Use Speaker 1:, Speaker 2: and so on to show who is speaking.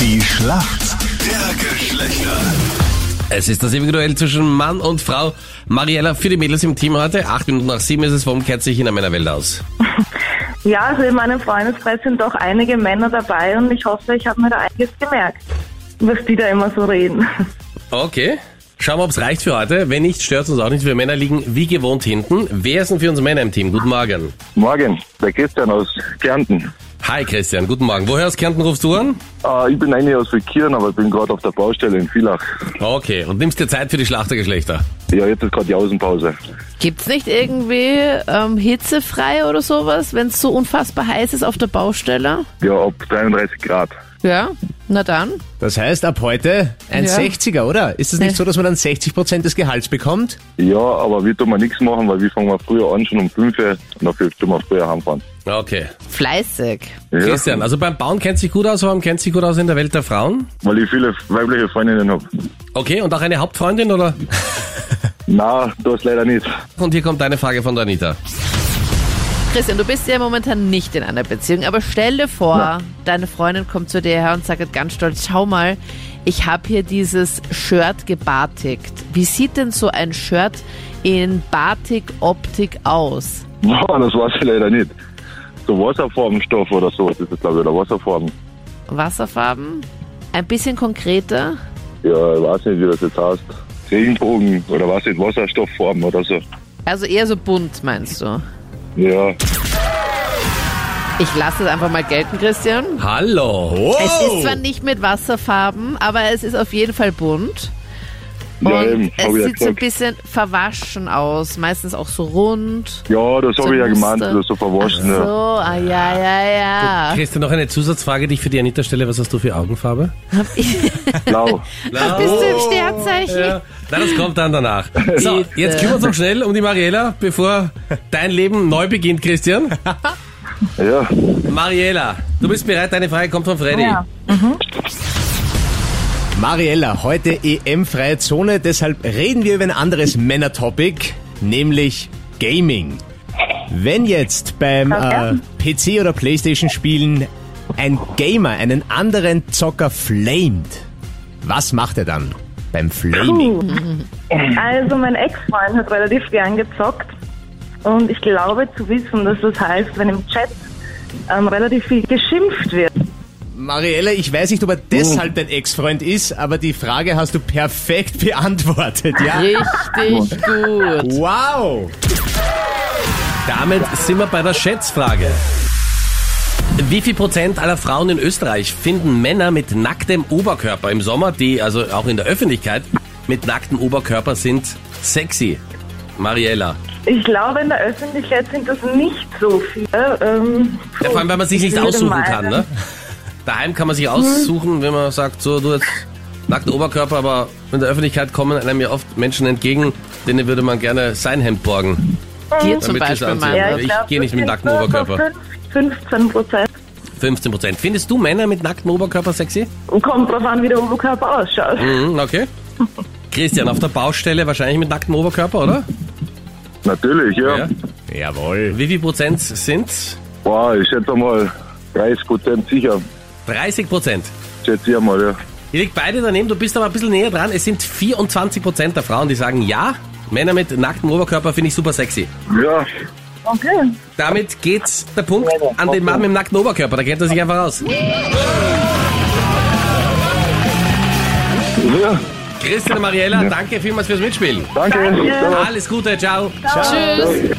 Speaker 1: Die Schlacht der Geschlechter.
Speaker 2: Es ist das ewige Duell zwischen Mann und Frau. Mariella für die Mädels im Team heute. Acht Minuten nach sieben ist es. Warum kennt sich in der Männerwelt aus?
Speaker 3: Ja, also in meinem Freundeskreis sind doch einige Männer dabei und ich hoffe, ich habe mir da einiges gemerkt, was die da immer so reden.
Speaker 2: Okay. Schauen wir, ob es reicht für heute. Wenn nicht, stört uns auch nicht. Wir Männer liegen wie gewohnt hinten. Wer ist denn für uns Männer im Team? Guten Morgen.
Speaker 4: Morgen, der Christian aus Kärnten.
Speaker 2: Hi Christian, guten Morgen. Woher aus Kärnten rufst du an?
Speaker 4: Äh, ich bin eigentlich aus Vikirn, aber bin gerade auf der Baustelle in Villach.
Speaker 2: Okay, und nimmst dir Zeit für die Schlachtergeschlechter.
Speaker 4: Ja, jetzt ist gerade Jausenpause.
Speaker 5: Gibt's nicht irgendwie ähm, hitzefrei oder sowas, wenn es so unfassbar heiß ist auf der Baustelle?
Speaker 4: Ja, ab 33 Grad.
Speaker 5: Ja, na dann.
Speaker 6: Das heißt, ab heute ein
Speaker 5: Ja.
Speaker 6: 60er, oder? Ist es nicht so, dass man dann 60% des Gehalts bekommt?
Speaker 4: Ja, aber wir tun mal nichts machen, weil wir fangen mal früher an, schon um 5 Uhr und dafür tun wir früher heimfahren.
Speaker 2: Okay.
Speaker 5: Fleißig.
Speaker 4: Ja,
Speaker 2: Christian, also beim Bauen kennt sich gut aus. Warum kennt sich gut aus in der Welt der Frauen?
Speaker 4: Weil ich viele weibliche Freundinnen habe.
Speaker 2: Okay, und auch eine Hauptfreundin, oder?
Speaker 4: Na, das leider nicht.
Speaker 2: Und hier kommt eine Frage von der Anita.
Speaker 5: Christian, du bist ja momentan nicht in einer Beziehung, aber stell dir vor, deine Freundin kommt zu dir her und sagt ganz stolz, schau mal, ich habe hier dieses Shirt gebartigt. Wie sieht denn so ein Shirt in Batik-Optik aus?
Speaker 4: Boah, das weiß ich leider nicht. So Wasserfarbenstoff oder so, das ist glaube ich, oder Wasserfarben.
Speaker 5: Wasserfarben? Ein bisschen konkreter?
Speaker 4: Ja, ich weiß nicht, wie das jetzt heißt. Regenbogen oder was nicht, Wasserstofffarben oder so.
Speaker 5: Also eher so bunt, meinst du?
Speaker 4: Ja,
Speaker 5: Ich lasse es einfach mal gelten, Christian.
Speaker 2: Hallo.
Speaker 5: Es
Speaker 4: Oh!
Speaker 5: ist zwar nicht mit Wasserfarben, aber es ist auf jeden Fall bunt. Und
Speaker 4: ja eben,
Speaker 5: es
Speaker 4: hab ich ja
Speaker 5: sieht so ein
Speaker 4: gesagt.
Speaker 5: bisschen verwaschen aus, meistens auch so rund.
Speaker 4: Ja, das
Speaker 5: so
Speaker 4: habe ich ja
Speaker 5: Muster.
Speaker 4: gemeint, das ist so verwaschen.
Speaker 5: Ach
Speaker 4: Ja.
Speaker 5: so, ah, ja, ja, ja.
Speaker 2: Christian, noch eine Zusatzfrage, die ich für die Anita stelle. Was hast du für Augenfarbe?
Speaker 4: Blau.
Speaker 2: Blau.
Speaker 5: Bist du im Sternzeichen?
Speaker 2: Oh! Ja, na, das kommt dann danach. So,
Speaker 5: Bitte.
Speaker 2: jetzt kümmern wir uns noch schnell um die Mariella, bevor dein Leben neu beginnt, Christian.
Speaker 4: Ja,
Speaker 2: Mariella, du bist bereit, deine Frage kommt von Freddy.
Speaker 3: Ja.
Speaker 6: Mariella, heute EM-freie Zone, deshalb reden wir über ein anderes Männer-Topic, nämlich Gaming. Wenn jetzt beim äh, PC oder Playstation spielen ein Gamer einen anderen Zocker flamed, was macht er dann beim Flaming?
Speaker 3: Also mein Ex-Freund hat relativ gern gezockt und ich glaube zu wissen, dass das heißt, wenn im Chat ähm, relativ viel geschimpft wird.
Speaker 6: Mariella, ich weiß nicht, ob er deshalb dein Ex-Freund ist, aber die Frage hast du perfekt beantwortet, ja?
Speaker 5: Richtig gut.
Speaker 6: Wow!
Speaker 2: Damit sind wir bei der Schätzfrage. Wie viel Prozent aller Frauen in Österreich finden Männer mit nacktem Oberkörper im Sommer, die also auch in der Öffentlichkeit mit nacktem Oberkörper sind, sexy? Mariella.
Speaker 3: Ich glaube, in der Öffentlichkeit sind das nicht so viele. Ähm,
Speaker 2: Ja, vor allem, weil man sich
Speaker 3: ich
Speaker 2: nicht
Speaker 3: würde
Speaker 2: aussuchen
Speaker 3: meinen- Hm.
Speaker 2: kann, ne? Daheim kann man sich aussuchen, wenn man sagt, so, du jetzt nackten Oberkörper, aber in der Öffentlichkeit kommen einem ja oft Menschen entgegen, denen würde man gerne sein Hemd borgen.
Speaker 5: Dir
Speaker 2: Damit
Speaker 5: zum
Speaker 2: also das
Speaker 5: Beispiel,
Speaker 2: anziehen.
Speaker 5: Mann.
Speaker 3: Ja,
Speaker 2: Aber ich
Speaker 3: glaub,
Speaker 2: geh nicht
Speaker 3: das
Speaker 2: mit
Speaker 3: sind
Speaker 2: nacktem
Speaker 3: nur so
Speaker 2: Oberkörper.
Speaker 3: 15 Prozent.
Speaker 2: 15 Prozent. Findest du Männer mit nacktem Oberkörper sexy?
Speaker 3: Kommt drauf an, wie der Oberkörper ausschaut.
Speaker 2: Mhm, okay. Christian, auf der Baustelle wahrscheinlich mit nacktem Oberkörper, oder?
Speaker 4: natürlich, ja.
Speaker 2: Ja.
Speaker 6: Jawohl.
Speaker 2: Wie viel Prozent sind's?
Speaker 4: Boah, ich schätze mal 30 Prozent sicher.
Speaker 2: 30 Prozent.
Speaker 4: Schätze ich mal, ja.
Speaker 2: Ihr liegt beide daneben, du bist aber ein bisschen näher dran. Es sind 24 Prozent der Frauen, die sagen ja. Männer mit nacktem Oberkörper finde ich super sexy.
Speaker 4: Ja,
Speaker 3: Okay.
Speaker 2: Damit geht's der Punkt an den Mann mit dem nackten Oberkörper. Da kennt er sich einfach aus.
Speaker 4: ja
Speaker 2: Christian und Mariella, danke vielmals fürs Mitspielen.
Speaker 4: danke.
Speaker 3: Danke.
Speaker 2: Alles Gute, ciao.
Speaker 5: Tschüss.